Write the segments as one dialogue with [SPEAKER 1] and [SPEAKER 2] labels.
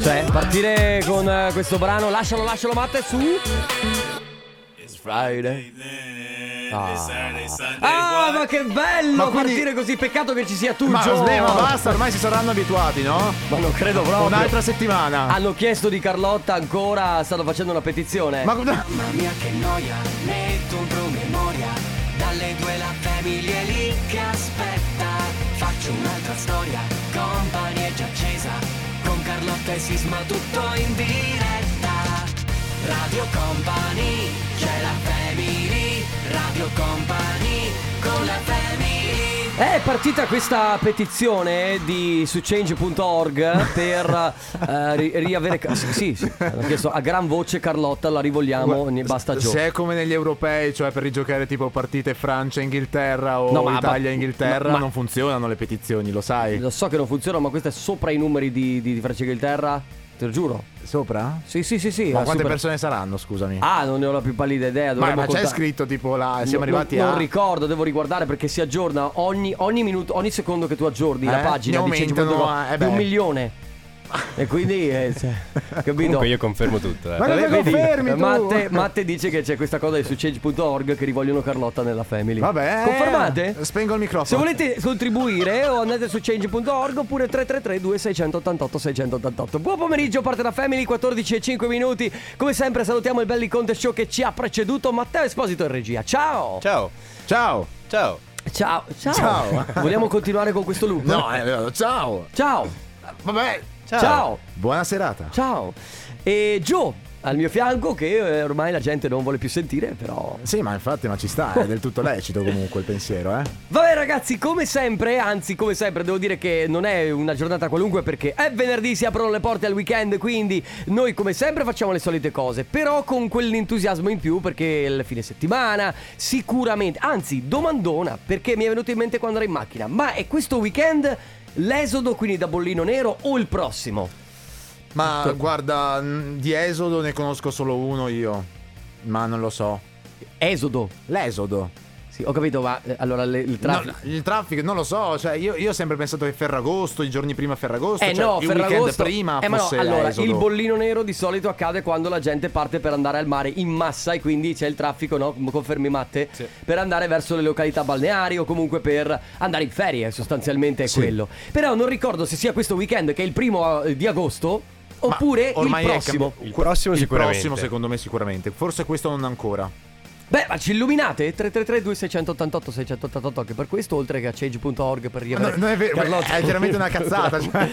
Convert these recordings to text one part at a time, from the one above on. [SPEAKER 1] Cioè, partire con eh, questo brano, lascialo, lascialo, Matte, su.
[SPEAKER 2] Eh,
[SPEAKER 1] It's Friday. Ah, ma che bello
[SPEAKER 2] Ma quindi-
[SPEAKER 1] partire così. Peccato che ci sia tu,
[SPEAKER 2] Ma,
[SPEAKER 1] Gio.
[SPEAKER 2] beh, ma basta, ormai si saranno abituati, no?
[SPEAKER 1] Ma non credo proprio.
[SPEAKER 2] Un'altra settimana.
[SPEAKER 1] Hanno chiesto di Carlotta ancora, stanno facendo una petizione.
[SPEAKER 2] Ma guarda-
[SPEAKER 3] Mamma mia che noia, metto un promemoria Dalle due la famiglia è lì che aspetta Faccio un'altra storia, company è già accesa Con Carlotta e Sisma tutto in diretta Radio Company, c'è la family Radio Company, con la family
[SPEAKER 1] È partita questa petizione di su change.org per eh, ri- riavere. ca- Sì, sì, sì. Hanno chiesto a gran voce Carlotta, la rivogliamo, ne basta Gio.
[SPEAKER 2] Se è come negli europei, cioè per rigiocare tipo partite Francia-Inghilterra o
[SPEAKER 1] No, ma-
[SPEAKER 2] Italia-Inghilterra,
[SPEAKER 1] ma- ma-
[SPEAKER 2] non funzionano le petizioni, lo sai.
[SPEAKER 1] Lo so che non funziona, ma questo è sopra i numeri di, di, di Francia e Inghilterra. Te lo giuro.
[SPEAKER 2] Sopra?
[SPEAKER 1] Sì, sì, sì, sì.
[SPEAKER 2] Ma
[SPEAKER 1] ha
[SPEAKER 2] quante
[SPEAKER 1] super-
[SPEAKER 2] persone saranno, scusami?
[SPEAKER 1] Ah, non ne ho la più pallida idea.
[SPEAKER 2] ma,
[SPEAKER 1] dovremmo
[SPEAKER 2] ma c'è
[SPEAKER 1] contare-
[SPEAKER 2] scritto tipo là, Ah, siamo
[SPEAKER 1] No,
[SPEAKER 2] arrivati
[SPEAKER 1] non,
[SPEAKER 2] a...
[SPEAKER 1] Non ricordo, devo riguardare perché si aggiorna ogni, ogni minuto, ogni secondo che tu aggiorni la
[SPEAKER 2] Eh,
[SPEAKER 1] pagina di
[SPEAKER 2] ne aumentano,
[SPEAKER 1] 100.000,
[SPEAKER 2] eh
[SPEAKER 1] di un
[SPEAKER 2] beh.
[SPEAKER 1] milione. E quindi, eh, cioè, capito?
[SPEAKER 4] Comunque io confermo tutto. eh.
[SPEAKER 2] Ma
[SPEAKER 1] Vabbè,
[SPEAKER 2] cosa
[SPEAKER 1] vedi,
[SPEAKER 2] confermi tu?
[SPEAKER 1] Matte, Matte dice che c'è questa cosa su change.org che rivogliono Carlotta nella family.
[SPEAKER 2] Vabbè, eh,
[SPEAKER 1] Confermate?
[SPEAKER 2] Spengo il microfono.
[SPEAKER 1] Se volete contribuire o andate su change.org oppure 333 2688 688. Buon pomeriggio, parte la Family, 14 e 5 minuti. Come sempre salutiamo il Belli Conte Show che ci ha preceduto, Matteo Esposito in regia. Ciao!
[SPEAKER 4] Ciao,
[SPEAKER 2] Ciao.
[SPEAKER 4] ciao.
[SPEAKER 1] Ciao! Ciao!
[SPEAKER 2] Ciao.
[SPEAKER 1] Vogliamo continuare con questo loop?
[SPEAKER 2] No, eh, ciao.
[SPEAKER 1] Ciao!
[SPEAKER 2] Vabbè.
[SPEAKER 1] Ciao! Ciao!
[SPEAKER 2] Buona serata.
[SPEAKER 1] E Gio al mio fianco che eh, ormai la gente non vuole più sentire, però
[SPEAKER 2] Sì, ma infatti, ma ci sta, è del tutto lecito comunque il pensiero, eh.
[SPEAKER 1] Vabbè ragazzi, come sempre, anzi come sempre devo dire che non è una giornata qualunque perché è venerdì, si aprono le porte al weekend, quindi noi come sempre facciamo le solite cose, però con quell'entusiasmo in più perché è il fine settimana, sicuramente, anzi domandona perché mi è venuto in mente quando ero in macchina, ma è questo weekend l'esodo quindi da bollino nero o il prossimo?
[SPEAKER 2] Ma guarda, mh, di Esodo ne conosco solo uno io, ma non lo so.
[SPEAKER 1] Esodo,
[SPEAKER 2] L'esodo.
[SPEAKER 1] sì ho capito ma eh, allora le- il traffico...
[SPEAKER 2] No, il traffico, non lo so, cioè io, io ho sempre pensato che Ferragosto, i giorni prima Ferragosto,
[SPEAKER 1] Eh
[SPEAKER 2] cioè
[SPEAKER 1] no,
[SPEAKER 2] il weekend
[SPEAKER 1] Ferragosto
[SPEAKER 2] prima
[SPEAKER 1] eh, ma no,
[SPEAKER 2] fosse
[SPEAKER 1] allora,
[SPEAKER 2] l'esodo.
[SPEAKER 1] il bollino nero di solito accade quando la gente parte per andare al mare in massa e quindi c'è il traffico, no? Come Confermi Matte? Per andare verso le località balneari o comunque per andare in ferie, sostanzialmente è
[SPEAKER 2] Sì.
[SPEAKER 1] quello. Però non ricordo se sia questo weekend che è il primo eh, di agosto oppure
[SPEAKER 2] Ma ormai
[SPEAKER 1] il
[SPEAKER 2] è
[SPEAKER 1] prossimo.
[SPEAKER 2] cambi-
[SPEAKER 4] Il prossimo
[SPEAKER 2] il
[SPEAKER 4] sicuramente.
[SPEAKER 2] prossimo secondo me sicuramente, forse questo non ancora.
[SPEAKER 1] Beh, ma ci illuminate? 333 2688 688 anche per questo, oltre che a change.org per riavere
[SPEAKER 2] Ah, No, non è vero,
[SPEAKER 1] Carlotta.
[SPEAKER 2] è chiaramente una cazzata, cioè.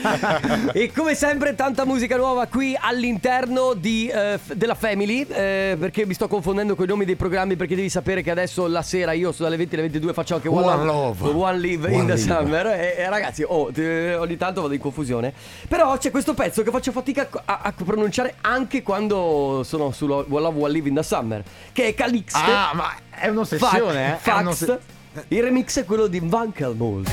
[SPEAKER 1] E come sempre tanta musica nuova qui all'interno di, eh, f- della Family eh, Perché mi sto confondendo con i nomi dei programmi Perché devi sapere che adesso la sera io sono dalle 20 alle 22 Faccio anche One,
[SPEAKER 2] One Love.
[SPEAKER 1] One Live in
[SPEAKER 2] One
[SPEAKER 1] the
[SPEAKER 2] Live.
[SPEAKER 1] Summer E, e ragazzi, oh, te- ogni tanto vado in confusione Però c'è questo pezzo che faccio fatica a, a pronunciare anche quando sono su Love One Live in the Summer Che è Calixte
[SPEAKER 2] Ah, ma è un'ossessione, eh.
[SPEAKER 1] Fax,
[SPEAKER 2] È un'osse-
[SPEAKER 1] Fax. Il remix è quello di Van Calmul.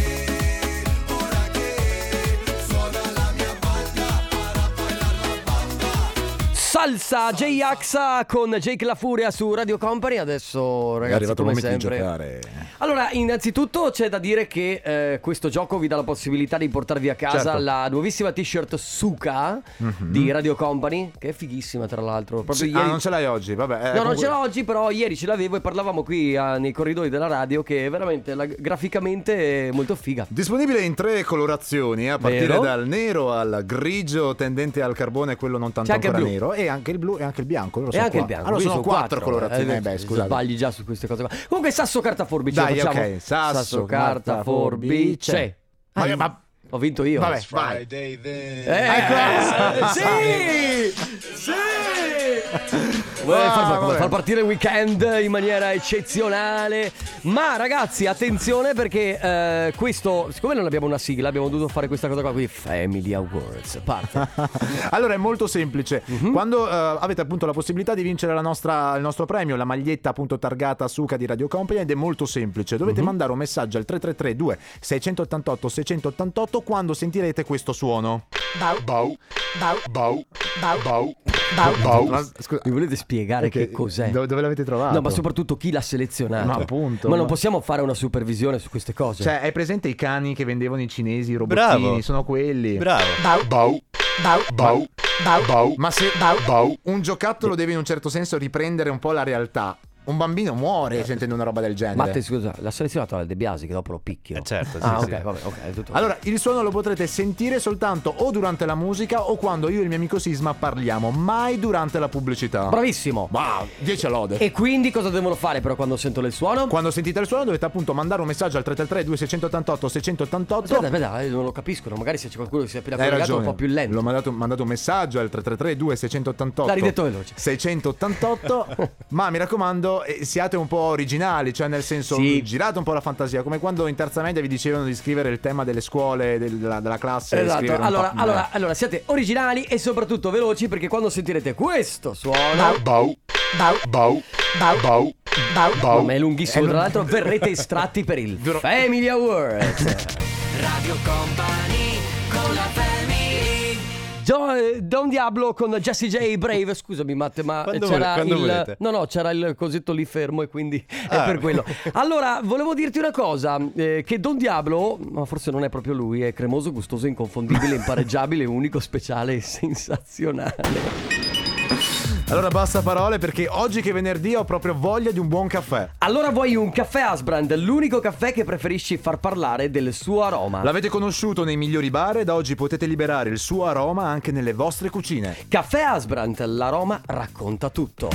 [SPEAKER 1] Salsa J-Axa con Jake La Furia su Radio Company. Adesso, ragazzi, come sempre. Allora, innanzitutto c'è da dire che eh, questo gioco vi dà la possibilità di portarvi a casa
[SPEAKER 2] Certo. Mhm.
[SPEAKER 1] la nuovissima t-shirt Suka di Radio Company, che è fighissima tra l'altro. Proprio
[SPEAKER 2] Sì,
[SPEAKER 1] ieri
[SPEAKER 2] Ah, non ce l'hai oggi, vabbè. eh,
[SPEAKER 1] No, non
[SPEAKER 2] comunque-
[SPEAKER 1] ce l'ho oggi, però ieri ce l'avevo e parlavamo qui ah, nei corridoi della radio che è veramente la- graficamente è molto figa.
[SPEAKER 2] Disponibile in tre colorazioni, eh, a partire
[SPEAKER 1] Vero.
[SPEAKER 2] dal nero al grigio tendente al carbone, quello non tanto
[SPEAKER 1] C'è anche il
[SPEAKER 2] ancora
[SPEAKER 1] blu.
[SPEAKER 2] nero, e anche il blu e anche il bianco. loro
[SPEAKER 1] E
[SPEAKER 2] sono
[SPEAKER 1] anche il
[SPEAKER 2] qua.
[SPEAKER 1] bianco.
[SPEAKER 2] Allora
[SPEAKER 1] qui
[SPEAKER 2] sono quattro colorazioni.
[SPEAKER 1] eh,
[SPEAKER 2] eh, beh,
[SPEAKER 1] se
[SPEAKER 2] scusate.
[SPEAKER 1] Sbagli già su queste cose qua. Comunque sasso, carta, forbice.
[SPEAKER 2] Dai,
[SPEAKER 1] facciamo.
[SPEAKER 2] ok. Sasso, carta, forbice.
[SPEAKER 1] Ah,
[SPEAKER 2] Ma- ma-
[SPEAKER 1] Ho vinto io.
[SPEAKER 2] Vabbè, vai.
[SPEAKER 1] Eh, eh, sì! Sì! Vuole
[SPEAKER 2] Ah,
[SPEAKER 1] far,
[SPEAKER 2] vabbè.
[SPEAKER 1] far partire il weekend in maniera eccezionale. Ma ragazzi, attenzione perché eh, questo, siccome non abbiamo una sigla, abbiamo dovuto fare questa cosa qua qui. Family Awards. Parte.
[SPEAKER 2] Allora è molto semplice. Quando eh, avete appunto la possibilità di vincere la nostra- il nostro premio, la maglietta appunto targata Suca di Radio Company, ed è molto semplice. Dovete mandare un messaggio al 3332 688 688 quando sentirete questo suono. Oh. Ma, scusa,
[SPEAKER 1] Mi volete spiegare
[SPEAKER 2] Perché-
[SPEAKER 1] che cos'è?
[SPEAKER 2] Dove, dove l'avete trovato?
[SPEAKER 1] No, ma soprattutto chi l'ha selezionato.
[SPEAKER 2] Ma appunto,
[SPEAKER 1] Ma non
[SPEAKER 2] ma-
[SPEAKER 1] possiamo fare una supervisione su queste cose.
[SPEAKER 2] Cioè, hai presente i cani che vendevano i cinesi, i robottini?
[SPEAKER 4] Bravo.
[SPEAKER 2] Sono quelli.
[SPEAKER 4] Bravo.
[SPEAKER 2] Bau, bau, bau,
[SPEAKER 4] Bau. Bau.
[SPEAKER 2] Ma se
[SPEAKER 4] Bau. Bau.
[SPEAKER 2] un giocattolo deve in un certo senso riprendere un po' la realtà, un bambino muore sentendo una roba del genere.
[SPEAKER 1] Matte, scusa, l'ha selezionato la De Biasi che dopo lo picchio.
[SPEAKER 5] Eh, certo, sì,
[SPEAKER 1] ah,
[SPEAKER 5] sì.
[SPEAKER 1] ok, vabbè, ok, è tutto.
[SPEAKER 2] Allora, il suono lo potrete sentire soltanto o durante la musica o quando io e il mio amico Sisma parliamo, mai durante la pubblicità.
[SPEAKER 1] bravissimo.
[SPEAKER 2] Wow, 10 lode.
[SPEAKER 1] E quindi cosa devono fare però quando sentono il suono?
[SPEAKER 2] Quando sentite il suono dovete appunto mandare un messaggio al 333 2688 688.
[SPEAKER 1] Aspetta, aspetta, eh, non lo capiscono, magari se c'è qualcuno che si è appena
[SPEAKER 2] Hai
[SPEAKER 1] collegato un
[SPEAKER 2] ragione.
[SPEAKER 1] po' più lento.
[SPEAKER 2] L'ho mandato, mandato un messaggio al 333 2688.
[SPEAKER 1] L'ha ridetto veloce.
[SPEAKER 2] 688. ma mi raccomando, eh, siate un po' originali, cioè nel senso
[SPEAKER 1] Sì.
[SPEAKER 2] girate un po' la fantasia, come quando in terza media vi dicevano di scrivere il tema delle scuole, del- della, della classe,
[SPEAKER 1] Esatto,
[SPEAKER 2] scrivere eh, un
[SPEAKER 1] allora,
[SPEAKER 2] pa-
[SPEAKER 1] allora, allora siate originali e soprattutto veloci perché quando sentirete questo suono,
[SPEAKER 4] Bau.
[SPEAKER 3] Bau.
[SPEAKER 4] Eh. Bau.
[SPEAKER 3] Bau.
[SPEAKER 4] Bau.
[SPEAKER 3] Bau.
[SPEAKER 4] Bau.
[SPEAKER 1] ma è lunghissimo,
[SPEAKER 3] Eh,
[SPEAKER 2] È
[SPEAKER 1] tra
[SPEAKER 2] lung-
[SPEAKER 1] l'altro verrete estratti per il
[SPEAKER 2] Vero.
[SPEAKER 1] Family Award.
[SPEAKER 3] Radio Company con la family
[SPEAKER 1] Do- Don Diablo con Jesse J Brave, scusami Matte, ma
[SPEAKER 5] Quando
[SPEAKER 1] c'era
[SPEAKER 5] vole- quando
[SPEAKER 1] il
[SPEAKER 5] volete.
[SPEAKER 1] No, no, c'era il cosetto lì fermo e quindi è
[SPEAKER 5] Ah.
[SPEAKER 1] per quello. Allora, volevo dirti una cosa, eh, che Don Diablo, ma forse non è proprio lui, è cremoso, gustoso, inconfondibile, impareggiabile, unico, speciale e sensazionale.
[SPEAKER 2] Allora basta parole perché oggi che è venerdì ho proprio voglia di un buon caffè.
[SPEAKER 1] Allora vuoi un caffè Asbrand, l'unico caffè che preferisci far parlare del suo aroma.
[SPEAKER 2] L'avete conosciuto nei migliori bar e da oggi potete liberare il suo aroma anche nelle vostre cucine.
[SPEAKER 1] Caffè Asbrand, l'aroma racconta tutto.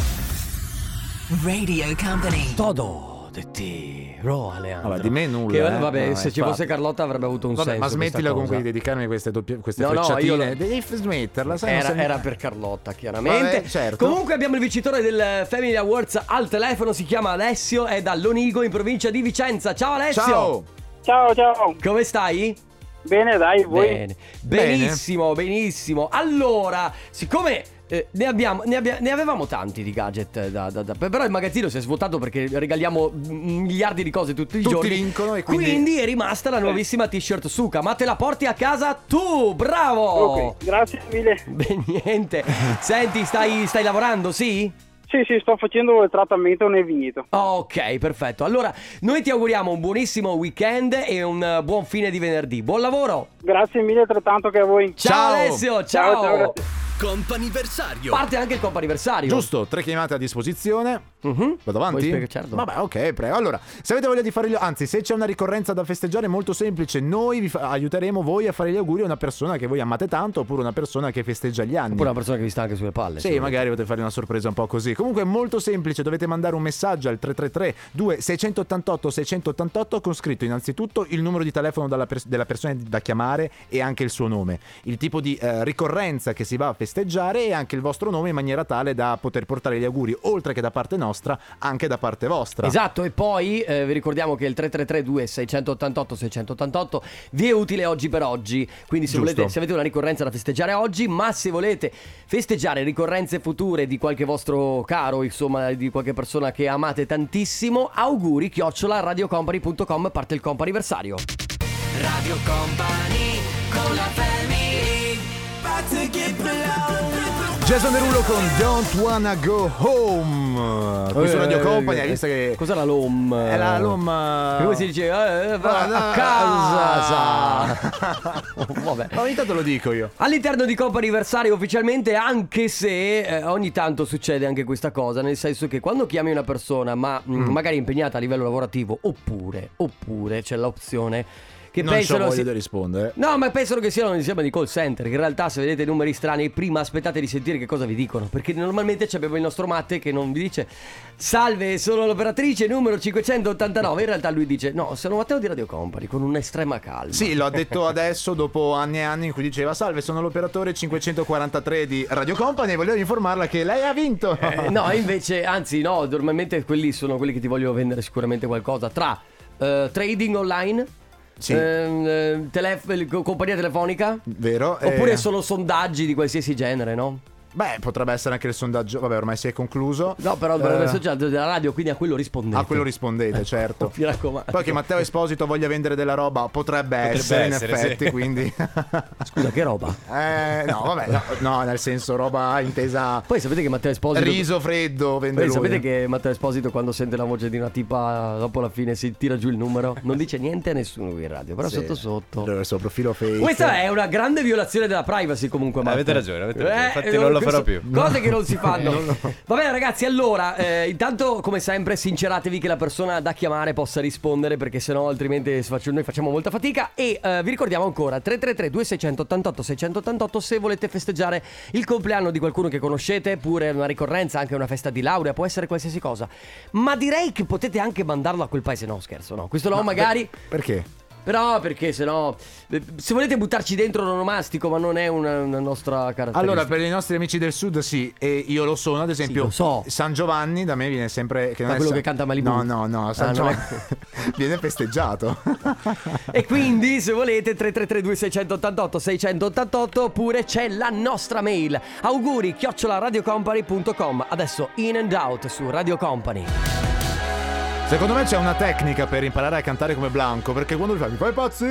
[SPEAKER 3] Radio Company
[SPEAKER 1] Todo de ti, Ro Aleandro.
[SPEAKER 2] Vabbè, di me nulla,
[SPEAKER 1] Che,
[SPEAKER 2] eh.
[SPEAKER 1] vabbè,
[SPEAKER 2] No,
[SPEAKER 1] se ci
[SPEAKER 2] infatti.
[SPEAKER 1] fosse Carlotta avrebbe avuto un
[SPEAKER 2] Vabbè,
[SPEAKER 1] senso.
[SPEAKER 2] ma
[SPEAKER 1] questa
[SPEAKER 2] smettila
[SPEAKER 1] cosa.
[SPEAKER 2] comunque di dedicarmi queste, doppie, queste
[SPEAKER 1] No, no,
[SPEAKER 2] frecciatine.
[SPEAKER 1] io lo-
[SPEAKER 2] Devi f- smetterla, sai? non
[SPEAKER 1] Era,
[SPEAKER 2] sei-
[SPEAKER 1] era per Carlotta, chiaramente.
[SPEAKER 2] Vabbè, certo.
[SPEAKER 1] Comunque abbiamo il vincitore del Family Awards al telefono, si chiama Alessio, è da Lonigo in provincia di Vicenza. Ciao Alessio!
[SPEAKER 2] Ciao!
[SPEAKER 6] Ciao, ciao.
[SPEAKER 1] Come stai?
[SPEAKER 6] Bene, dai, voi.
[SPEAKER 1] Bene. Benissimo, benissimo. Allora, siccome eh, ne, abbiamo, ne, abbia- ne avevamo tanti di gadget, da, da- da- però il magazzino si è svuotato perché regaliamo mm, miliardi di cose tutti i
[SPEAKER 2] Tutti
[SPEAKER 1] giorni.
[SPEAKER 2] vincono e quindi-
[SPEAKER 1] è rimasta la nuovissima t-shirt Suka, ma te la porti a casa tu, bravo! Oh.
[SPEAKER 6] Ok, grazie mille.
[SPEAKER 1] Beh, niente. Senti, stai, stai lavorando, sì?
[SPEAKER 6] Sì, sì, sto facendo il trattamento nel vigneto.
[SPEAKER 1] Ok, perfetto. Allora, noi ti auguriamo un buonissimo weekend e un eh, buon fine di venerdì. Buon lavoro!
[SPEAKER 6] Grazie mille altrettanto che a voi.
[SPEAKER 1] Ciao,
[SPEAKER 2] Ciao.
[SPEAKER 1] Alessio, ciao!
[SPEAKER 6] Ciao, ciao, grazie.
[SPEAKER 3] Comp'anniversario
[SPEAKER 1] Parte anche il comp'anniversario.
[SPEAKER 2] Giusto, tre chiamate a disposizione.
[SPEAKER 1] Mhm.
[SPEAKER 2] Vado avanti?
[SPEAKER 1] Puoi spiegare- certo.
[SPEAKER 2] Vabbè, ok, prego. Allora, se avete voglia di fare gli Anzi, se c'è una ricorrenza da festeggiare, è molto semplice. Noi vi fa- aiuteremo voi a fare gli auguri a una persona che voi amate tanto oppure una persona che festeggia gli anni.
[SPEAKER 1] Oppure una persona che vi sta anche sulle palle.
[SPEAKER 2] Sì, magari potete fare una sorpresa un po' così. Comunque è molto semplice, dovete mandare un messaggio al 333 2688 688 con scritto innanzitutto il numero di telefono dalla pers- della persona da chiamare e anche il suo nome, il tipo di eh, ricorrenza che si va a festeggiare e anche il vostro nome in maniera tale da poter portare gli auguri oltre che da parte nostra anche da parte vostra.
[SPEAKER 1] Esatto, e poi eh, vi ricordiamo che il 3332 688 688 vi è utile oggi per oggi, quindi se,
[SPEAKER 2] Giusto.
[SPEAKER 1] volete, se avete una ricorrenza da festeggiare oggi, ma se volete festeggiare ricorrenze future di qualche vostro caro, insomma di qualche persona che amate tantissimo, auguri chiocciola radiocompany.com, parte il comp anniversario.
[SPEAKER 3] Radio Company con la family
[SPEAKER 2] Jason Derulo con Don't Wanna Go Home. Qui su Radio Company, hai visto che
[SPEAKER 1] Eh, Cos'è la LOM?
[SPEAKER 2] è la LOM.
[SPEAKER 1] Come si dice? Eh, va
[SPEAKER 2] Ah, no. Ah.
[SPEAKER 1] a casa. Vabbè.
[SPEAKER 2] Ma Ogni tanto lo dico io.
[SPEAKER 1] All'interno di Coppa Anniversario ufficialmente, anche se eh, ogni tanto succede anche questa cosa, nel senso che quando chiami una persona, ma mh,
[SPEAKER 2] Mm.
[SPEAKER 1] magari impegnata a livello lavorativo, oppure, oppure c'è l'opzione che
[SPEAKER 2] non c'ho
[SPEAKER 1] pensano...
[SPEAKER 2] voglia
[SPEAKER 1] si-
[SPEAKER 2] di rispondere.
[SPEAKER 1] No, ma pensano che siano un insieme di call center. che In realtà, se vedete numeri strani, prima aspettate di sentire che cosa vi dicono. Perché normalmente c'è il nostro Matte che non vi dice: Salve, sono l'operatrice numero 589. In realtà, lui dice: No, sono Matteo di Radio Company con un'estrema calma.
[SPEAKER 2] Sì, lo ha detto adesso dopo anni e anni in cui diceva Salve, sono l'operatore 543 di Radio Company e volevo informarla che lei ha vinto.
[SPEAKER 1] Eh, no, invece, anzi, no, normalmente quelli sono quelli che ti vogliono vendere sicuramente qualcosa tra eh, trading online.
[SPEAKER 2] Sì.
[SPEAKER 1] ehm, eh, telef- co- compagnia telefonica
[SPEAKER 2] Vero? eh,
[SPEAKER 1] oppure sono sondaggi di qualsiasi genere no?
[SPEAKER 2] Beh, potrebbe essere anche il sondaggio. Vabbè, ormai si è concluso.
[SPEAKER 1] No, però dovrebbe
[SPEAKER 2] Eh,
[SPEAKER 1] essere già della radio, quindi a quello rispondete.
[SPEAKER 2] A quello rispondete, certo.
[SPEAKER 1] Mi raccomando.
[SPEAKER 2] Poi che Matteo Esposito voglia vendere della roba, potrebbe, essere,
[SPEAKER 4] essere,
[SPEAKER 2] in effetti,
[SPEAKER 4] sì.
[SPEAKER 2] quindi.
[SPEAKER 1] Scusa, che roba?
[SPEAKER 2] Eh, no, vabbè, no, no, nel senso roba intesa
[SPEAKER 1] Poi sapete che Matteo Esposito.
[SPEAKER 2] riso freddo, vende
[SPEAKER 1] Poi
[SPEAKER 2] lui.
[SPEAKER 1] sapete che Matteo Esposito quando sente la voce di una tipa dopo la fine si tira giù il numero? Non dice niente a nessuno qui in radio, però
[SPEAKER 2] Sì.
[SPEAKER 1] sotto sotto.
[SPEAKER 2] Allora, il suo profilo fake.
[SPEAKER 1] Questa è una grande violazione della privacy comunque. Matte.
[SPEAKER 4] Eh, Avete ragione, avete ragione. Infatti non lo farò
[SPEAKER 1] queste-
[SPEAKER 4] più.
[SPEAKER 1] Cose che non si fanno. Va bene ragazzi, allora, eh, intanto come sempre sinceratevi che la persona da chiamare possa rispondere perché sennò altrimenti s- faccio- noi facciamo molta fatica e eh, vi ricordiamo ancora 333 2688 688 se volete festeggiare il compleanno di qualcuno che conoscete, pure una ricorrenza, anche una festa di laurea, può essere qualsiasi cosa. Ma direi che potete anche mandarlo a quel paese, no scherzo, no. Questo no,
[SPEAKER 2] Ma
[SPEAKER 1] magari...
[SPEAKER 2] per- perché?
[SPEAKER 1] Però perché sennò eh, se volete buttarci dentro l'onomastico, ma non è una, una nostra caratteristica.
[SPEAKER 2] Allora, per i nostri amici del sud, sì, e io lo sono, ad esempio.
[SPEAKER 1] lo so.
[SPEAKER 2] San Giovanni da me viene sempre. Che
[SPEAKER 1] Ma
[SPEAKER 2] non è
[SPEAKER 1] quello
[SPEAKER 2] San-
[SPEAKER 1] che canta Malibu?
[SPEAKER 2] No, no, no.
[SPEAKER 1] Ah,
[SPEAKER 2] San
[SPEAKER 1] no,
[SPEAKER 2] Giovanni
[SPEAKER 1] ecco.
[SPEAKER 2] viene festeggiato.
[SPEAKER 1] E quindi se volete 3332 688 688 oppure c'è la nostra mail auguri chiocciolaradiocompany.com adesso in and out su Radio Company
[SPEAKER 2] Secondo me c'è una tecnica per imparare a cantare come Blanco. Perché quando lui fa mi fai pazzi,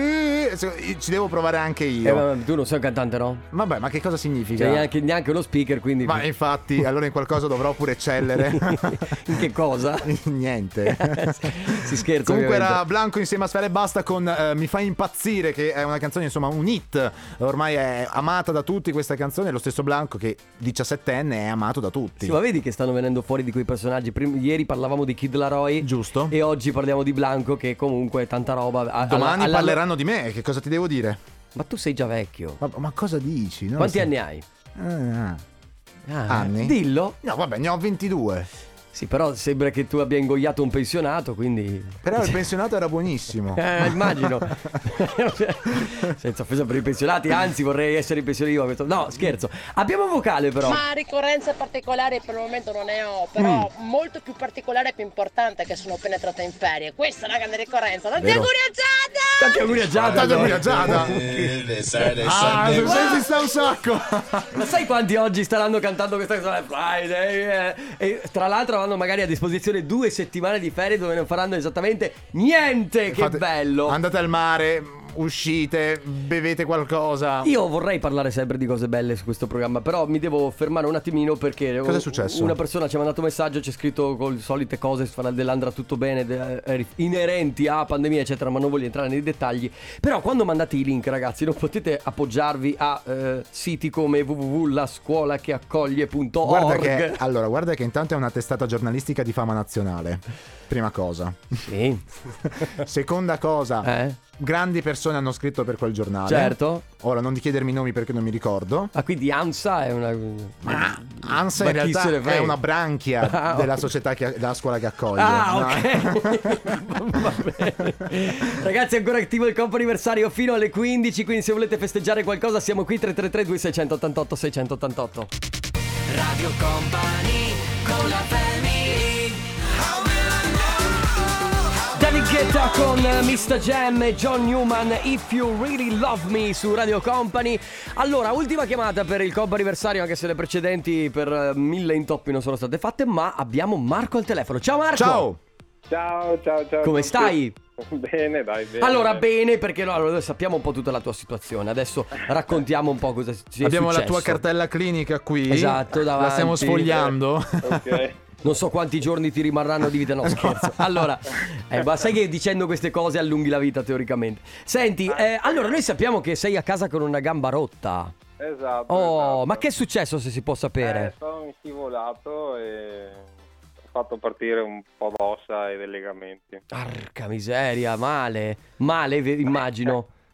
[SPEAKER 2] se- ci devo provare anche
[SPEAKER 1] Eh,
[SPEAKER 2] io.
[SPEAKER 1] ma tu non sei un cantante no?
[SPEAKER 2] Vabbè, ma che cosa significa?
[SPEAKER 1] Cioè neanche, neanche uno speaker quindi
[SPEAKER 2] Ma infatti, allora in qualcosa dovrò pure eccellere.
[SPEAKER 1] In che cosa?
[SPEAKER 2] Niente.
[SPEAKER 1] Si scherza
[SPEAKER 2] Comunque
[SPEAKER 1] ovviamente.
[SPEAKER 2] era Blanco insieme a Sfera e Basta con eh, Mi fa impazzire, che è una canzone, insomma, un hit. Ormai è amata da tutti questa canzone. Lo stesso Blanco, che 17enne, è amato da tutti.
[SPEAKER 1] Sì, ma vedi che stanno venendo fuori di quei personaggi. Prim- ieri parlavamo di Kid Laroi.
[SPEAKER 2] Giusto.
[SPEAKER 1] E oggi parliamo di Blanco, che comunque è tanta roba. A- alla-
[SPEAKER 2] Domani
[SPEAKER 1] alla-
[SPEAKER 2] parleranno di me, che cosa ti devo dire?
[SPEAKER 1] Ma tu sei già vecchio.
[SPEAKER 2] Ma, ma cosa dici? No,
[SPEAKER 1] Quanti
[SPEAKER 2] sì.
[SPEAKER 1] anni hai?
[SPEAKER 2] Ah.
[SPEAKER 1] Ah,
[SPEAKER 2] Anni?
[SPEAKER 1] Dillo.
[SPEAKER 2] No, vabbè, ne ho 22.
[SPEAKER 1] Sì, però sembra che tu abbia ingoiato un pensionato, quindi.
[SPEAKER 2] Però il pensionato era buonissimo.
[SPEAKER 1] Eh, immagino. Senza offesa per i pensionati, anzi vorrei essere pensionino. a questo- No, scherzo. Abbiamo un vocale però.
[SPEAKER 5] Ma ricorrenza particolare per il momento non ne ho, però
[SPEAKER 1] Mm.
[SPEAKER 5] molto più particolare e più importante che sono penetrata in ferie. Questa è una grande ricorrenza. Tanti
[SPEAKER 2] Vero.
[SPEAKER 5] auguri a Giada!
[SPEAKER 1] Tanti auguri a Giada.
[SPEAKER 2] Tanti auguri a
[SPEAKER 1] no?
[SPEAKER 2] Giada.
[SPEAKER 1] Eh,
[SPEAKER 2] Ah, se senti sta un sacco.
[SPEAKER 1] Ma sai quanti oggi staranno cantando questa canzone Friday? eh? E tra l'altro avranno magari a disposizione due settimane di ferie dove non faranno esattamente niente. Che
[SPEAKER 2] Fate-
[SPEAKER 1] bello!
[SPEAKER 2] Andate al mare, uscite, bevete qualcosa.
[SPEAKER 1] Io vorrei parlare sempre di cose belle su questo programma, però mi devo fermare un attimino perché
[SPEAKER 2] Cosa è successo?
[SPEAKER 1] una persona ci ha mandato un messaggio, c'è scritto con le solite cose, farà dell'andrà tutto bene, de- eh, inerenti a pandemia, eccetera, ma non voglio entrare nei dettagli. Però quando mandate i link, ragazzi, non potete appoggiarvi a eh, siti come www.lascuolacheaccoglie.org.
[SPEAKER 2] Guarda che,
[SPEAKER 1] Ah,
[SPEAKER 2] allora, guarda che intanto è una testata giornalistica di fama nazionale. Prima cosa.
[SPEAKER 1] Sì,
[SPEAKER 2] Seconda cosa,
[SPEAKER 1] eh?
[SPEAKER 2] grandi persone hanno scritto per quel giornale.
[SPEAKER 1] Certo.
[SPEAKER 2] Ora, non di chiedermi i nomi perché non mi ricordo.
[SPEAKER 1] Ah, quindi ANSA è una...
[SPEAKER 2] Ma ANSA
[SPEAKER 1] Ma
[SPEAKER 2] in
[SPEAKER 1] chi se ne
[SPEAKER 2] realtà
[SPEAKER 1] frega?
[SPEAKER 2] è una branchia
[SPEAKER 1] Ah,
[SPEAKER 2] della
[SPEAKER 1] ok.
[SPEAKER 2] società che, della scuola che accoglie.
[SPEAKER 1] Ah,
[SPEAKER 2] No.
[SPEAKER 1] ok. Va bene. Ragazzi, ancora attivo il compo anniversario fino alle 15. Quindi, se volete festeggiare qualcosa, siamo qui 333 2688 688
[SPEAKER 3] Radio Company con la family
[SPEAKER 1] David Guetta con Mr. Jam e John Newman If You Really Love Me su Radio Company Allora, ultima chiamata per il compo anniversario Anche se le precedenti per eh, mille intoppi non sono state fatte Ma abbiamo Marco al telefono Ciao Marco!
[SPEAKER 2] Ciao!
[SPEAKER 6] Ciao, ciao, ciao.
[SPEAKER 1] Come stai?
[SPEAKER 6] Bene, dai, bene.
[SPEAKER 1] Allora, bene, perché no, allora, sappiamo un po' tutta la tua situazione. Adesso raccontiamo un po' cosa ci è
[SPEAKER 2] Abbiamo la
[SPEAKER 1] successo.
[SPEAKER 2] tua cartella clinica qui.
[SPEAKER 1] Esatto,
[SPEAKER 2] La stiamo
[SPEAKER 1] davanti.
[SPEAKER 2] sfogliando.
[SPEAKER 6] Ok.
[SPEAKER 1] Non so quanti giorni ti rimarranno di vita, no scherzo. Allora, eh, ma sai che dicendo queste cose allunghi la vita teoricamente. Senti,
[SPEAKER 6] Ah.
[SPEAKER 1] eh, allora noi sappiamo che sei a casa con una gamba rotta.
[SPEAKER 6] Esatto.
[SPEAKER 1] Oh,
[SPEAKER 6] esatto.
[SPEAKER 1] ma che è successo se si può
[SPEAKER 6] Eh,
[SPEAKER 1] sapere?
[SPEAKER 6] sono scivolato e ho fatto partire un po' d'ossa e dei legamenti.
[SPEAKER 1] Eh, Arca miseria, male. Male, ve- immagino.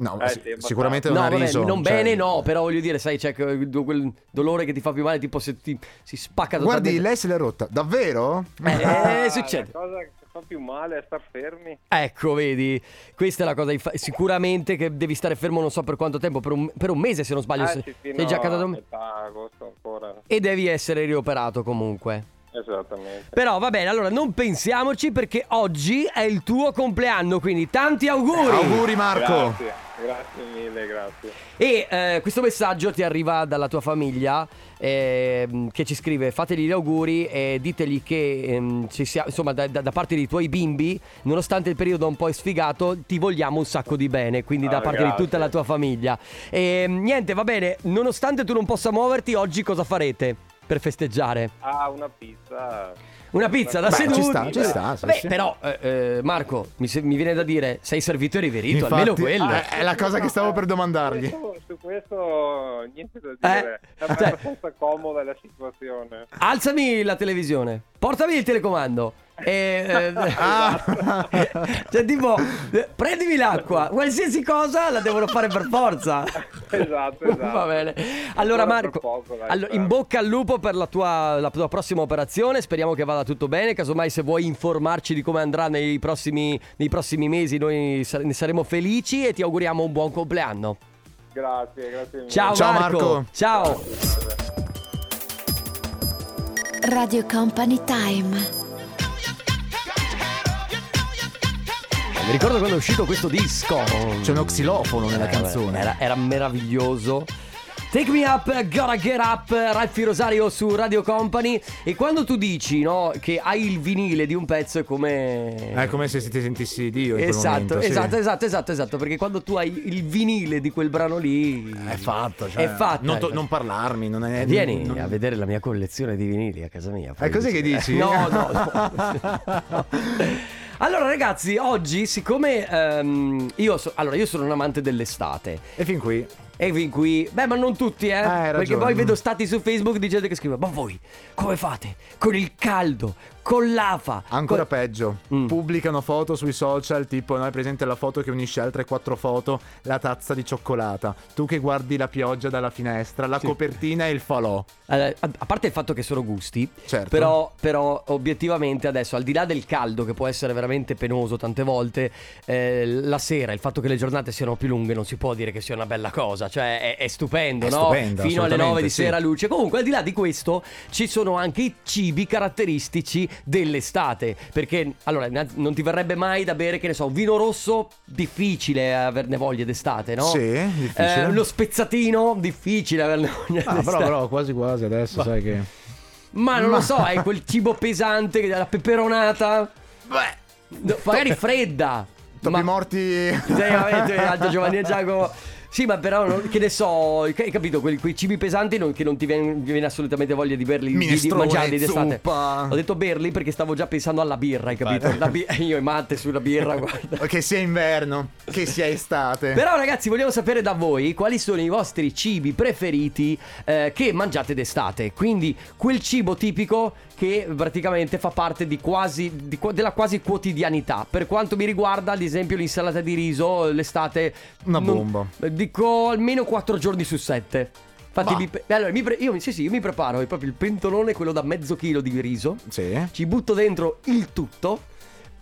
[SPEAKER 2] No,
[SPEAKER 6] Eh,
[SPEAKER 2] sic-
[SPEAKER 6] sì, abbastanza.
[SPEAKER 2] sicuramente
[SPEAKER 1] No,
[SPEAKER 2] non ha
[SPEAKER 1] vabbè,
[SPEAKER 2] riso.
[SPEAKER 1] non
[SPEAKER 2] cioè-
[SPEAKER 1] bene, no, però voglio dire, sai, c'è que- quel dolore che ti fa più male, tipo se ti si spacca
[SPEAKER 2] Guardi,
[SPEAKER 1] totalmente.
[SPEAKER 2] lei se l'è rotta. Davvero?
[SPEAKER 1] Eh,
[SPEAKER 6] Ah,
[SPEAKER 1] succede.
[SPEAKER 6] La cosa che fa più male è star fermi.
[SPEAKER 1] Ecco, vedi, questa è la cosa. infa- Sicuramente che devi stare fermo, non so per quanto tempo, per un, per un mese se non sbaglio.
[SPEAKER 6] Ah,
[SPEAKER 1] se-
[SPEAKER 6] sì, fino
[SPEAKER 1] sei già caduto
[SPEAKER 6] a
[SPEAKER 1] un-
[SPEAKER 6] metà agosto ancora.
[SPEAKER 1] E devi essere rioperato comunque.
[SPEAKER 6] Esattamente.
[SPEAKER 1] Però va bene, allora non pensiamoci perché oggi è il tuo compleanno, quindi tanti auguri!
[SPEAKER 2] Auguri Marco.
[SPEAKER 6] Grazie, grazie mille, grazie.
[SPEAKER 1] E eh, questo messaggio ti arriva dalla tua famiglia ehm, che ci scrive fategli gli auguri e ditegli che ehm, ci sia, insomma da, da- da parte dei tuoi bimbi, nonostante il periodo un po' sfigato, ti vogliamo un sacco di bene, quindi da
[SPEAKER 6] Ah,
[SPEAKER 1] parte di
[SPEAKER 6] grazie.
[SPEAKER 1] tutta la tua famiglia. E niente, va bene, nonostante tu non possa muoverti, oggi cosa farete per festeggiare?
[SPEAKER 6] Ah, una pizza.
[SPEAKER 1] Una pizza da
[SPEAKER 2] Beh,
[SPEAKER 1] seduti.
[SPEAKER 2] ci sta, ci sta, sì,
[SPEAKER 1] Beh,
[SPEAKER 2] sì.
[SPEAKER 1] però, eh, eh, Marco, mi, se- mi viene da dire, sei servito e riverito,
[SPEAKER 2] Infatti,
[SPEAKER 1] almeno quello.
[SPEAKER 2] eh, È la cosa che stavo per domandargli.
[SPEAKER 6] Questo- su questo niente da dire.
[SPEAKER 1] Eh,
[SPEAKER 6] È
[SPEAKER 1] cioè-
[SPEAKER 6] abbastanza comoda la situazione.
[SPEAKER 1] Alzami la televisione, portami il telecomando. E, eh,
[SPEAKER 2] Ah.
[SPEAKER 1] cioè, tipo, eh, prendimi l'acqua, qualsiasi cosa la devono fare per forza.
[SPEAKER 6] Esatto, esatto.
[SPEAKER 1] Va bene. Allora,
[SPEAKER 6] Ancora per
[SPEAKER 1] Marco,
[SPEAKER 6] poco, dai,
[SPEAKER 1] allora, in
[SPEAKER 6] dai.
[SPEAKER 1] bocca al lupo per la tua, la tua prossima operazione. Speriamo che vada tutto bene. Casomai, se vuoi informarci di come andrà nei prossimi, nei prossimi mesi, noi sa- ne saremo felici e ti auguriamo un buon compleanno.
[SPEAKER 6] Grazie, grazie mille.
[SPEAKER 1] Ciao,
[SPEAKER 2] Ciao,
[SPEAKER 1] Marco.
[SPEAKER 2] Marco.
[SPEAKER 1] Ciao.
[SPEAKER 7] Radio Company Time.
[SPEAKER 1] Eh, Mi ricordo quando è uscito questo disco.
[SPEAKER 2] C'è uno xilofono nella
[SPEAKER 1] Eh,
[SPEAKER 2] canzone.
[SPEAKER 1] Era, era meraviglioso. Take me up, gotta get up, Ralfi Rosario su Radio Company. E quando tu dici, no, che hai il vinile di un pezzo è come.
[SPEAKER 2] È Eh, come se ti sentissi Dio in quel
[SPEAKER 1] Esatto,
[SPEAKER 2] momento, sì.
[SPEAKER 1] esatto, esatto, esatto, esatto, perché quando tu hai il vinile di quel brano lì
[SPEAKER 2] È fatta, cioè,
[SPEAKER 1] è eh, fatta.
[SPEAKER 2] Non, to- non parlarmi, non è.
[SPEAKER 1] Vieni
[SPEAKER 2] Eh, non-
[SPEAKER 1] a vedere la mia collezione di vinili a casa mia. poi
[SPEAKER 2] È così che dici?
[SPEAKER 1] No, no, no. Allora ragazzi, oggi siccome ehm, io, so- allora, io sono un amante dell'estate
[SPEAKER 2] E fin qui.
[SPEAKER 1] e fin qui, beh, ma non tutti, eh.
[SPEAKER 2] hai ragione.
[SPEAKER 1] Perché poi vedo stati su Facebook di gente che scrive: Ma voi come fate? Con il caldo, con l'afa.
[SPEAKER 2] Ancora
[SPEAKER 1] con-"
[SPEAKER 2] peggio,
[SPEAKER 1] Mm.
[SPEAKER 2] pubblicano foto sui social, tipo no, è presente la foto che unisce altre quattro foto, la tazza di cioccolata, tu che guardi la pioggia dalla finestra, la copertina e il falò.
[SPEAKER 1] Allora, a a parte il fatto che sono gusti,
[SPEAKER 2] Certo.
[SPEAKER 1] però, però obiettivamente adesso, al di là del caldo che può essere veramente penoso tante volte, eh, la sera, il fatto che le giornate siano più lunghe non si può dire che sia una bella cosa, cioè è, è stupendo,
[SPEAKER 2] È
[SPEAKER 1] no?
[SPEAKER 2] stupendo,
[SPEAKER 1] Fino alle 9 di
[SPEAKER 2] assolutamente, sì.
[SPEAKER 1] sera luce. Comunque, al di là di questo, ci sono anche i cibi caratteristici dell'estate, perché allora inna- non ti verrebbe mai da bere, che ne so, un vino rosso, difficile averne voglia d'estate, no?
[SPEAKER 2] Sì, difficile.
[SPEAKER 1] Eh, lo spezzatino, difficile averne voglia
[SPEAKER 2] Ah,
[SPEAKER 1] d'estate.
[SPEAKER 2] però, però quasi quasi adesso,
[SPEAKER 1] Boh.
[SPEAKER 2] sai che...
[SPEAKER 1] Ma non lo
[SPEAKER 2] Ma-
[SPEAKER 1] so, è quel cibo pesante, la peperonata. No, magari fredda.
[SPEAKER 2] Topi
[SPEAKER 1] ma...
[SPEAKER 2] morti...
[SPEAKER 1] Sì, vabbè, Aldo Giovanni e Giacomo. Sì, ma però, non- che ne so, hai capito? Quei, quei cibi pesanti non- che non ti viene, vi viene assolutamente voglia di berli, di- di,
[SPEAKER 2] Minestrone,
[SPEAKER 1] mangiarli d'estate.
[SPEAKER 2] zuppa.
[SPEAKER 1] Ho detto berli perché stavo già pensando alla birra, hai capito? La bi- io e Matte sulla birra, guarda.
[SPEAKER 2] che sia inverno, che sia estate.
[SPEAKER 1] Però ragazzi vogliamo sapere da voi quali sono i vostri cibi preferiti eh, che mangiate d'estate, quindi quel cibo tipico che praticamente fa parte di quasi, di qua- della quasi quotidianità. Per quanto mi riguarda ad esempio l'insalata di riso l'estate...
[SPEAKER 2] Una bomba.
[SPEAKER 1] Dico almeno 4 giorni su 7. Infatti
[SPEAKER 2] Ma-
[SPEAKER 1] mi pre- allora, mi pre- io, mi- sì, sì, io mi preparo proprio il pentolone, quello da mezzo chilo di riso
[SPEAKER 2] Sì.
[SPEAKER 1] Eh? ci butto dentro il tutto.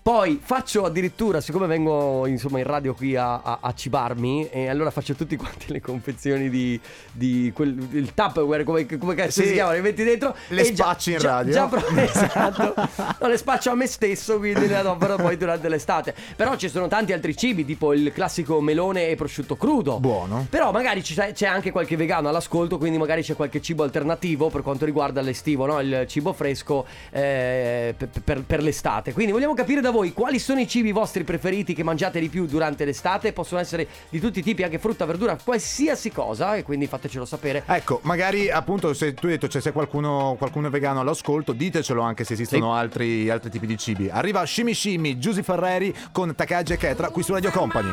[SPEAKER 1] Poi faccio addirittura, siccome vengo insomma in radio qui a, a- a cibarmi, e allora faccio tutti quanti le confezioni di, di quel, il Tupperware, come, come cazzo
[SPEAKER 2] Sì.
[SPEAKER 1] si chiama, le metti dentro.
[SPEAKER 2] Le
[SPEAKER 1] e già-
[SPEAKER 2] spacci in
[SPEAKER 1] già-
[SPEAKER 2] radio.
[SPEAKER 1] Già, pro- esatto. No, le spaccio a me stesso, quindi le adopero poi durante l'estate. Però ci sono tanti altri cibi, tipo il classico melone e prosciutto crudo.
[SPEAKER 2] Buono.
[SPEAKER 1] Però magari ci sa- c'è anche qualche vegano all'ascolto, quindi magari c'è qualche cibo alternativo per quanto riguarda l'estivo, no? il cibo fresco eh, per, per- per l'estate. Quindi vogliamo capire da voi quali sono i cibi vostri preferiti che mangiate di più durante l'estate. Possono essere di tutti i tipi, anche frutta, verdura, qualsiasi cosa. E quindi fatecelo sapere.
[SPEAKER 2] Ecco, magari appunto se tu hai detto c'è se qualcuno, qualcuno è vegano all'ascolto, ditecelo anche se esistono altri, altri tipi di cibi. Arriva Shimi Shimi, Giusy Ferreri con Takagi e Ketra qui su Radio Company.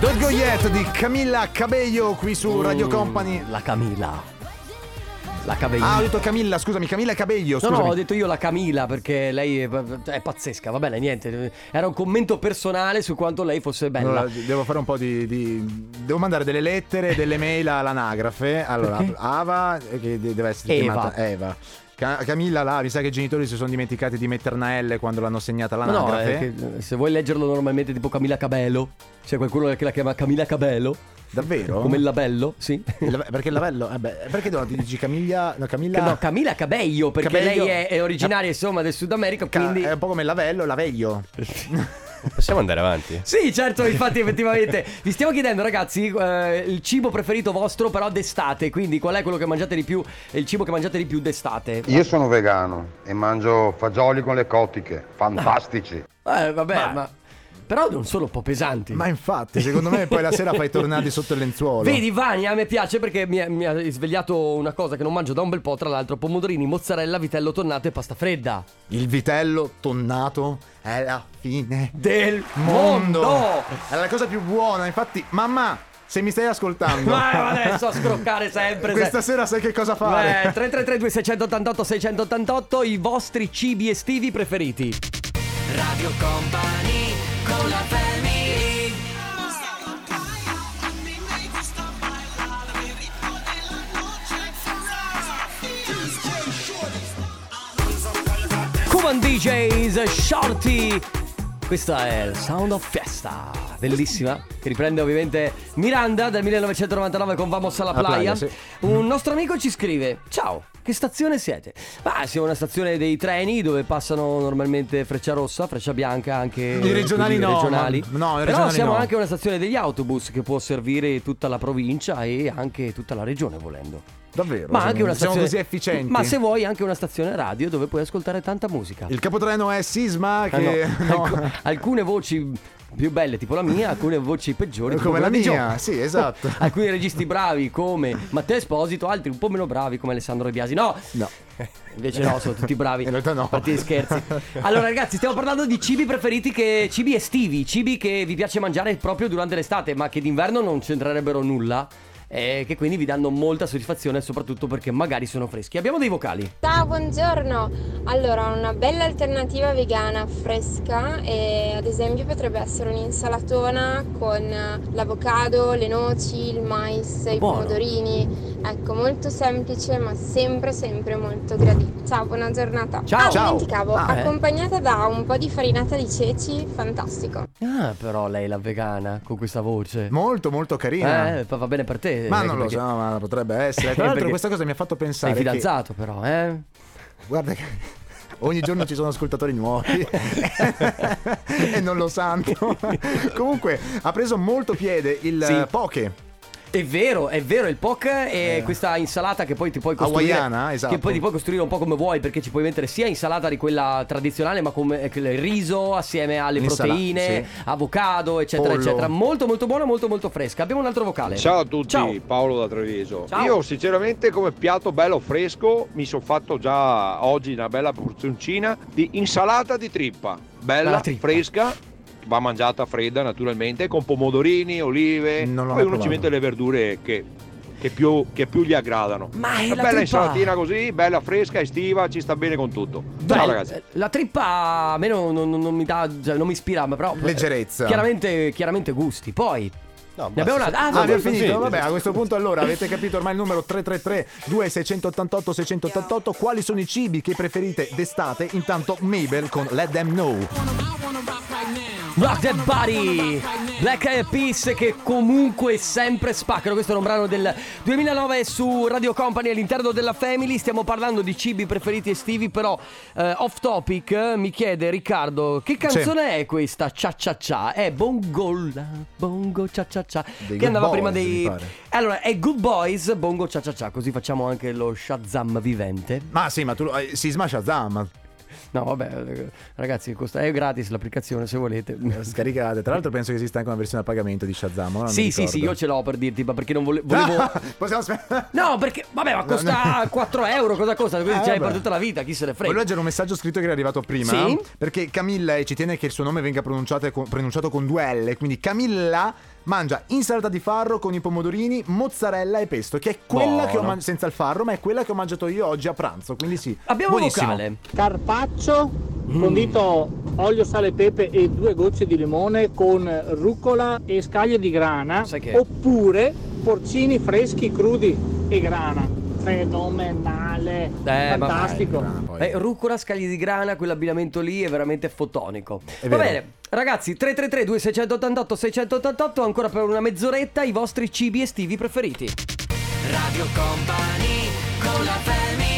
[SPEAKER 2] Don't go yet di Camilla Cabello qui su Radio
[SPEAKER 1] Uh.
[SPEAKER 2] Company.
[SPEAKER 1] Mm, La Camilla. La Camilla.
[SPEAKER 2] Ah, ho detto Camilla, scusami, Camilla Cabello,
[SPEAKER 1] No,
[SPEAKER 2] scusami.
[SPEAKER 1] no, ho detto io la Camila perché lei è, è pazzesca, va bene, niente. Era un commento personale su quanto lei fosse bella.
[SPEAKER 2] Allora, devo fare un po' di, di- Devo mandare delle lettere, delle mail all'anagrafe. Allora,
[SPEAKER 1] Perché?
[SPEAKER 2] Ava, eh, che de- deve essere
[SPEAKER 1] Eva.
[SPEAKER 2] chiamata Eva. Ca- Camilla, là, mi sa che i genitori si sono dimenticati di mettere una L quando l'hanno segnata
[SPEAKER 1] Ma no,
[SPEAKER 2] all'anagrafe.
[SPEAKER 1] eh, che- se vuoi leggerlo normalmente tipo Camilla Cabello, c'è qualcuno che la chiama Camilla Cabello.
[SPEAKER 2] Davvero?
[SPEAKER 1] Come il labello, sì.
[SPEAKER 2] Il lave- perché il lavello? eh beh, perché no, ti dici Camiglia? No, Camilla...
[SPEAKER 1] Che no, Camila Cabello, perché
[SPEAKER 2] Cabello.
[SPEAKER 1] lei è, è originaria insomma del Sud America,
[SPEAKER 2] Ca- eh.
[SPEAKER 1] quindi...
[SPEAKER 2] È un po' come il lavello, laveglio.
[SPEAKER 4] Possiamo andare avanti?
[SPEAKER 1] Sì, certo, infatti effettivamente vi stiamo chiedendo ragazzi eh, il cibo preferito vostro però d'estate, quindi qual è quello che mangiate di più e il cibo che mangiate di più d'estate?
[SPEAKER 8] Io sono vegano e mangio fagioli con le cotiche, fantastici.
[SPEAKER 1] Eh, vabbè, ma... Però non sono un po' pesanti.
[SPEAKER 2] Ma infatti, secondo me poi la sera fai tornare sotto il lenzuolo.
[SPEAKER 1] Vedi, Vania, a me piace perché mi, mi ha svegliato una cosa che non mangio da un bel po', tra l'altro, pomodorini, mozzarella, vitello tonnato e pasta fredda.
[SPEAKER 2] Il vitello tonnato è la fine
[SPEAKER 1] Del
[SPEAKER 2] mondo.
[SPEAKER 1] mondo!
[SPEAKER 2] È la cosa più buona, infatti, mamma, se mi stai ascoltando.
[SPEAKER 1] Ma adesso a scroccare sempre.
[SPEAKER 2] Questa
[SPEAKER 1] se- Eh,
[SPEAKER 2] sera sai che cosa fare.
[SPEAKER 1] Beh, 333 688 688 i vostri cibi estivi preferiti.
[SPEAKER 3] Radio Company con la family
[SPEAKER 1] Cuban DJs, Shorty. Questa è il Sound of Fiesta, bellissima, che riprende ovviamente Miranda del 1999 con Vamos alla
[SPEAKER 2] Alla
[SPEAKER 1] Playa.
[SPEAKER 2] playa, sì.
[SPEAKER 1] Un nostro amico ci scrive: Ciao, che stazione siete? Ma siamo una stazione dei treni dove passano normalmente Freccia Rossa, Freccia Bianca, anche
[SPEAKER 2] I regionali
[SPEAKER 1] quindi
[SPEAKER 2] no,
[SPEAKER 1] regionali.
[SPEAKER 2] ma- no, i
[SPEAKER 1] Però
[SPEAKER 2] regionali
[SPEAKER 1] siamo
[SPEAKER 2] no.
[SPEAKER 1] anche una stazione degli autobus che può servire tutta la provincia e anche tutta la regione volendo.
[SPEAKER 2] Davvero.
[SPEAKER 1] Ma anche una
[SPEAKER 2] siamo
[SPEAKER 1] stazione
[SPEAKER 2] così efficienti.
[SPEAKER 1] Ma se vuoi anche una stazione radio dove puoi ascoltare tanta musica.
[SPEAKER 2] Il capotreno è Sisma
[SPEAKER 1] Ah,
[SPEAKER 2] che
[SPEAKER 1] no.
[SPEAKER 2] Eh, no, Ecco.
[SPEAKER 1] Alcu- alcune voci più belle tipo la mia, alcune voci peggiori tipo
[SPEAKER 2] Come la
[SPEAKER 1] quella di
[SPEAKER 2] mia,
[SPEAKER 1] Gio.
[SPEAKER 2] sì, esatto.
[SPEAKER 1] alcuni registi bravi come Matteo Esposito, altri un po' meno bravi come Alessandro Biasi. No.
[SPEAKER 2] No.
[SPEAKER 1] Invece no, sono tutti bravi.
[SPEAKER 2] In realtà no.
[SPEAKER 1] A parte gli scherzi. Allora ragazzi, stiamo parlando di cibi preferiti che cibi estivi, cibi che vi piace mangiare proprio durante l'estate, ma che d'inverno non c'entrerebbero nulla. E che quindi vi danno molta soddisfazione, soprattutto perché magari sono freschi. Abbiamo dei vocali.
[SPEAKER 9] Ciao, buongiorno. Allora, una bella alternativa vegana fresca e ad esempio potrebbe essere un'insalatona con l'avocado, le noci, il mais, i
[SPEAKER 1] Buono.
[SPEAKER 9] pomodorini. Ecco, molto semplice ma sempre sempre molto gradito. Ciao, buona giornata.
[SPEAKER 1] Ciao.
[SPEAKER 9] Ah,
[SPEAKER 1] Ciao.
[SPEAKER 9] dimenticavo,
[SPEAKER 1] Ah, eh.
[SPEAKER 9] accompagnata da un po' di farinata di ceci, fantastico.
[SPEAKER 1] Ah, però lei è la vegana con questa voce.
[SPEAKER 2] molto molto carina.
[SPEAKER 1] Eh, fa- va bene per te.
[SPEAKER 2] Ma non lo
[SPEAKER 1] perché- Eh,
[SPEAKER 2] so, ma potrebbe essere. Tra l'altro
[SPEAKER 1] Perché
[SPEAKER 2] questa cosa mi ha fatto pensare
[SPEAKER 1] Sei fidanzato, però, eh?
[SPEAKER 2] che- guarda che ogni giorno ci sono ascoltatori nuovi e non lo sanno. Comunque ha preso molto piede il
[SPEAKER 1] Sì.
[SPEAKER 2] eh, poke.
[SPEAKER 1] È vero, è vero, il POC è questa insalata che poi ti puoi costruire.
[SPEAKER 2] Eh. Hawaiana, esatto.
[SPEAKER 1] Che poi ti puoi costruire un po' come vuoi, perché ci puoi mettere sia insalata di quella tradizionale, ma come eh, il riso assieme alle
[SPEAKER 2] L'insala-
[SPEAKER 1] proteine,
[SPEAKER 2] sì.
[SPEAKER 1] avocado, eccetera,
[SPEAKER 2] Pollo.
[SPEAKER 1] eccetera. Molto molto buona, molto molto fresca. Abbiamo un altro vocale.
[SPEAKER 10] Ciao a tutti,
[SPEAKER 1] Ciao.
[SPEAKER 10] Paolo da Treviso.
[SPEAKER 1] Ciao.
[SPEAKER 10] Io sinceramente come piatto bello fresco mi sono fatto già oggi una bella porzioncina di insalata di trippa,
[SPEAKER 1] La
[SPEAKER 10] bella,
[SPEAKER 1] trippa.
[SPEAKER 10] fresca, va mangiata fredda naturalmente, con pomodorini, olive,
[SPEAKER 2] Non l'ho
[SPEAKER 10] poi uno
[SPEAKER 2] provato.
[SPEAKER 10] ci mette le verdure che, che più, che più gli aggradano.
[SPEAKER 1] Ma è
[SPEAKER 10] una
[SPEAKER 1] la
[SPEAKER 10] bella
[SPEAKER 1] trippa.
[SPEAKER 10] insalatina così, bella fresca, estiva, ci sta bene con tutto.
[SPEAKER 1] Beh,
[SPEAKER 10] Ciao ragazzi.
[SPEAKER 1] La trippa a me non, non- non mi dà, cioè, non mi ispira, ma però.
[SPEAKER 2] Leggerezza.
[SPEAKER 1] Chiaramente, chiaramente gusti. Poi. ne abbiamo una. Ah,
[SPEAKER 2] Ah, abbiamo
[SPEAKER 1] sì,
[SPEAKER 2] finito?
[SPEAKER 1] sì.
[SPEAKER 2] Vabbè, a questo punto allora avete capito ormai il numero 333-2688-688. Quali sono i cibi che preferite d'estate? Intanto Mabel con Let Them Know.
[SPEAKER 1] Rock That Body Black Eyed Peas che comunque sempre spaccano Questo era un brano del 2009 su Radio Company all'interno della Family Stiamo parlando di cibi preferiti estivi Però eh, off topic eh, mi chiede Riccardo Che canzone è questa? Cia cia cia È Bongola Bongo cia cia cia
[SPEAKER 2] Dei
[SPEAKER 1] Che
[SPEAKER 2] Good
[SPEAKER 1] andava prima
[SPEAKER 2] Boys,
[SPEAKER 1] dei...
[SPEAKER 2] mi pare.
[SPEAKER 1] Allora è Good Boys Bongo cia cia cia Così facciamo anche lo Shazam vivente
[SPEAKER 2] Ma sì, ma tu lo- eh, Sisma Shazam.
[SPEAKER 1] No vabbè eh, ragazzi costa... è gratis l'applicazione se volete
[SPEAKER 2] Scaricate. Tra l'altro penso che esista anche una versione a pagamento di Shazam. ora non Ah, mi
[SPEAKER 1] Sì, sì,
[SPEAKER 2] ricordo.
[SPEAKER 1] sì, io ce l'ho per dirti, ma perché non vole- volevo...
[SPEAKER 2] Ah, possiamo aspettare.
[SPEAKER 1] No, perché, vabbè, ma costa 4 euro, cosa costa? Quindi
[SPEAKER 2] Ah,
[SPEAKER 1] c'hai
[SPEAKER 2] vabbè.
[SPEAKER 1] Cioè, per tutta la vita, chi se ne
[SPEAKER 2] Volevo
[SPEAKER 1] frega.
[SPEAKER 2] leggere un messaggio scritto che era arrivato prima.
[SPEAKER 1] Sì?
[SPEAKER 2] Perché Camilla e ci tiene che il suo nome venga pronunciato con, pronunciato con due L. Quindi Camilla mangia insalata di farro con i pomodorini, mozzarella e pesto, che è quella che ho
[SPEAKER 1] Buono.
[SPEAKER 2] mangiato senza il farro, ma è quella che ho mangiato io oggi a pranzo. Quindi sì.
[SPEAKER 1] Abbiamo un
[SPEAKER 2] buonissimo.
[SPEAKER 1] vocale.
[SPEAKER 11] Carpaccio
[SPEAKER 1] Mm.
[SPEAKER 11] condito olio, sale, pepe e due gocce di limone con rucola e scaglie di grana
[SPEAKER 1] Sai che-
[SPEAKER 11] oppure porcini freschi crudi e grana. fenomenale,
[SPEAKER 1] Eh, ma-
[SPEAKER 11] fantastico.
[SPEAKER 1] Eh, rucola, scagli di grana, quell'abbinamento lì è veramente fotonico. Va
[SPEAKER 2] vero.
[SPEAKER 1] bene, ragazzi, 333 2688 688 ancora per una mezz'oretta i vostri cibi estivi preferiti.
[SPEAKER 3] Radio Company con la family.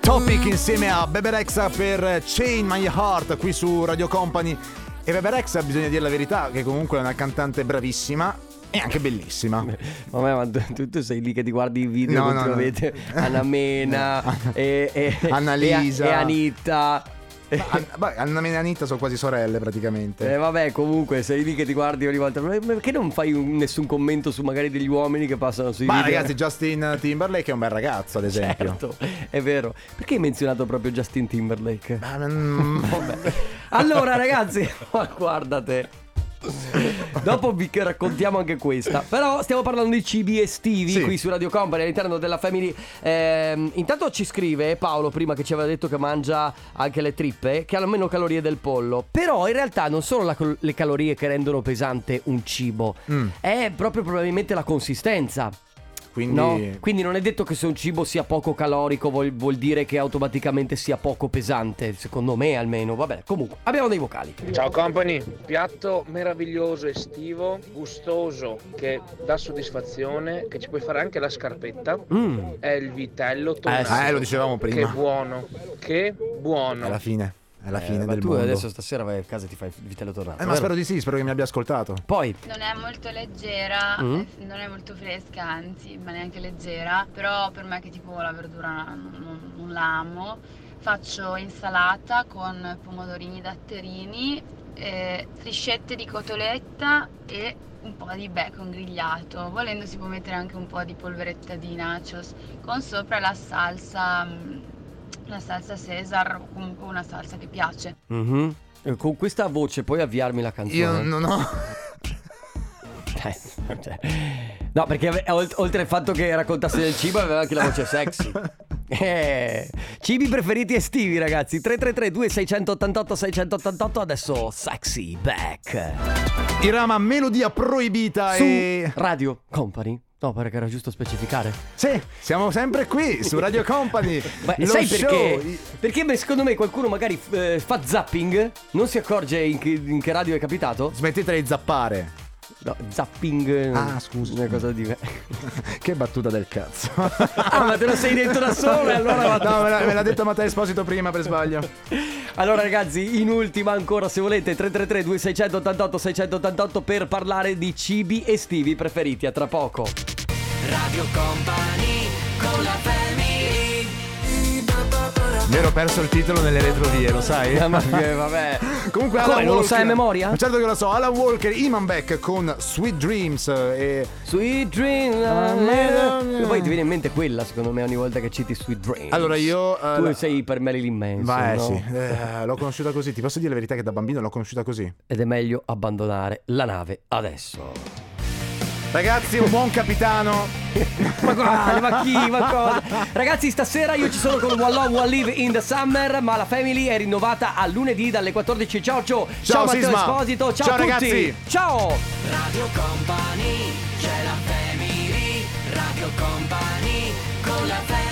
[SPEAKER 2] Topic insieme a Beberexa per Chain My Heart qui su Radio Company. E Beberexa, bisogna dire la verità, che comunque è una cantante bravissima e anche bellissima.
[SPEAKER 1] Vabbè, ma tu, tu- tu sei lì che ti guardi i video
[SPEAKER 2] No, no,
[SPEAKER 1] continuamente. Anna Mena, e, e,
[SPEAKER 2] Annalisa.
[SPEAKER 1] e, e Anitta.
[SPEAKER 2] Ma An- beh, Anna Mena e Anita sono quasi sorelle praticamente.
[SPEAKER 1] Eh, vabbè, comunque, sei lì che ti guardi ogni volta. Ma Perché non fai un- nessun commento su magari degli uomini che passano sui
[SPEAKER 2] Ma
[SPEAKER 1] video?
[SPEAKER 2] ragazzi, Justin Timberlake è un bel ragazzo, ad esempio.
[SPEAKER 1] Certo, è vero. Perché hai menzionato proprio Justin Timberlake?
[SPEAKER 2] Mm,
[SPEAKER 1] Allora, ragazzi, ma guardate. Dopo vi raccontiamo anche questa. Però stiamo parlando di cibi estivi
[SPEAKER 2] Sì.
[SPEAKER 1] qui su Radio Company all'interno della Family. Ehm, intanto ci scrive Paolo prima che ci aveva detto che mangia anche le trippe, che hanno meno calorie del pollo. Però in realtà non sono la col- le calorie che rendono pesante un cibo,
[SPEAKER 2] Mm.
[SPEAKER 1] è proprio probabilmente la consistenza.
[SPEAKER 2] Quindi...
[SPEAKER 1] No? Quindi non è detto che se un cibo sia poco calorico vuol, vuol dire che automaticamente sia poco pesante, secondo me almeno. Vabbè, comunque, abbiamo dei vocali.
[SPEAKER 12] Ciao company, piatto meraviglioso estivo, gustoso, che dà soddisfazione, che ci puoi fare anche la scarpetta,
[SPEAKER 1] Mm.
[SPEAKER 12] è il vitello
[SPEAKER 2] Eh, sì.
[SPEAKER 12] tonato.
[SPEAKER 2] Eh, lo dicevamo prima.
[SPEAKER 12] Che buono, che buono.
[SPEAKER 2] Alla fine, è la fine
[SPEAKER 1] Eh, ma
[SPEAKER 2] del
[SPEAKER 1] tu
[SPEAKER 2] mondo.
[SPEAKER 1] adesso stasera vai a casa e ti fai il vitello tornato.
[SPEAKER 2] Eh, ma
[SPEAKER 1] vero?
[SPEAKER 2] spero di sì, spero che mi abbia ascoltato.
[SPEAKER 1] Poi,
[SPEAKER 13] Non è molto leggera,
[SPEAKER 2] Mm.
[SPEAKER 13] eh, non è molto fresca, anzi, ma neanche leggera, però per me che tipo la verdura non, non- non la amo, faccio insalata con pomodorini datterini, eh, striscette di cotoletta e un po' di bacon grigliato. Volendo si può mettere anche un po' di polveretta di nachos con sopra la salsa, mm, la salsa Cesar o comunque una salsa che piace.
[SPEAKER 1] mhm, eh, con questa voce puoi avviarmi la canzone.
[SPEAKER 2] Io non ho...
[SPEAKER 1] Eh, cioè, No, perché ave- ol- oltre al fatto che raccontasse del cibo aveva anche la voce sexy. Eh, cibi preferiti estivi ragazzi 333 2688 688 adesso sexy back
[SPEAKER 2] Irama, melodia proibita
[SPEAKER 1] su
[SPEAKER 2] e...
[SPEAKER 1] Radio Company. No, perché era giusto specificare.
[SPEAKER 2] Sì, siamo sempre qui su Radio Company.
[SPEAKER 1] Beh,
[SPEAKER 2] Lo
[SPEAKER 1] sai
[SPEAKER 2] show-
[SPEAKER 1] perché? Perché beh, secondo me qualcuno magari eh, fa zapping, non si accorge in che, in che radio è capitato.
[SPEAKER 2] Smettetela di zappare.
[SPEAKER 1] No, zapping. eh,
[SPEAKER 2] Ah, scusa.
[SPEAKER 1] Una cosa di
[SPEAKER 2] Che battuta del cazzo.
[SPEAKER 1] Ah, ma te lo sei detto da solo, e allora va
[SPEAKER 2] No, me, l'ha, me l'ha detto Matteo Esposito prima per sbaglio.
[SPEAKER 1] Allora ragazzi, in ultima ancora se volete 333 2688 688 per parlare di cibi estivi preferiti a tra poco.
[SPEAKER 3] Radio Company con la family.
[SPEAKER 2] Mi ero perso il titolo nelle retrovie, lo sai?
[SPEAKER 1] Ah, ma che- vabbè.
[SPEAKER 2] Comunque
[SPEAKER 1] Ma come, non
[SPEAKER 2] Alan
[SPEAKER 1] lo
[SPEAKER 2] Walker-
[SPEAKER 1] sai a memoria?
[SPEAKER 2] Ma certo che lo so, Alan Walker, Iman Beck con Sweet Dreams eh, e...
[SPEAKER 1] Sweet Dream. E poi ti viene in mente quella, secondo me, ogni volta che citi Sweet Dreams.
[SPEAKER 2] Allora io, eh,
[SPEAKER 1] tu
[SPEAKER 2] la-
[SPEAKER 1] sei per Marilyn Manson.
[SPEAKER 2] Vai,
[SPEAKER 1] no?
[SPEAKER 2] sì, eh, l'ho conosciuta così. Ti posso dire la verità che da bambino l'ho conosciuta così.
[SPEAKER 1] Ed è meglio abbandonare la nave adesso.
[SPEAKER 2] Ragazzi, un buon capitano.
[SPEAKER 1] Ma guarda, ma chi, ma cosa? Ragazzi, stasera io ci sono con One Love, One Live in the Summer, ma la family è rinnovata a lunedì dalle 14. Ciao, ciao. Ciao,
[SPEAKER 2] Ciao,
[SPEAKER 1] Matteo
[SPEAKER 2] Sisma.
[SPEAKER 1] Esposito. Ciao,
[SPEAKER 2] Ciao,
[SPEAKER 1] a tutti.
[SPEAKER 2] ragazzi.
[SPEAKER 1] Ciao.
[SPEAKER 3] Radio Company, c'è la family. Radio Company con la family.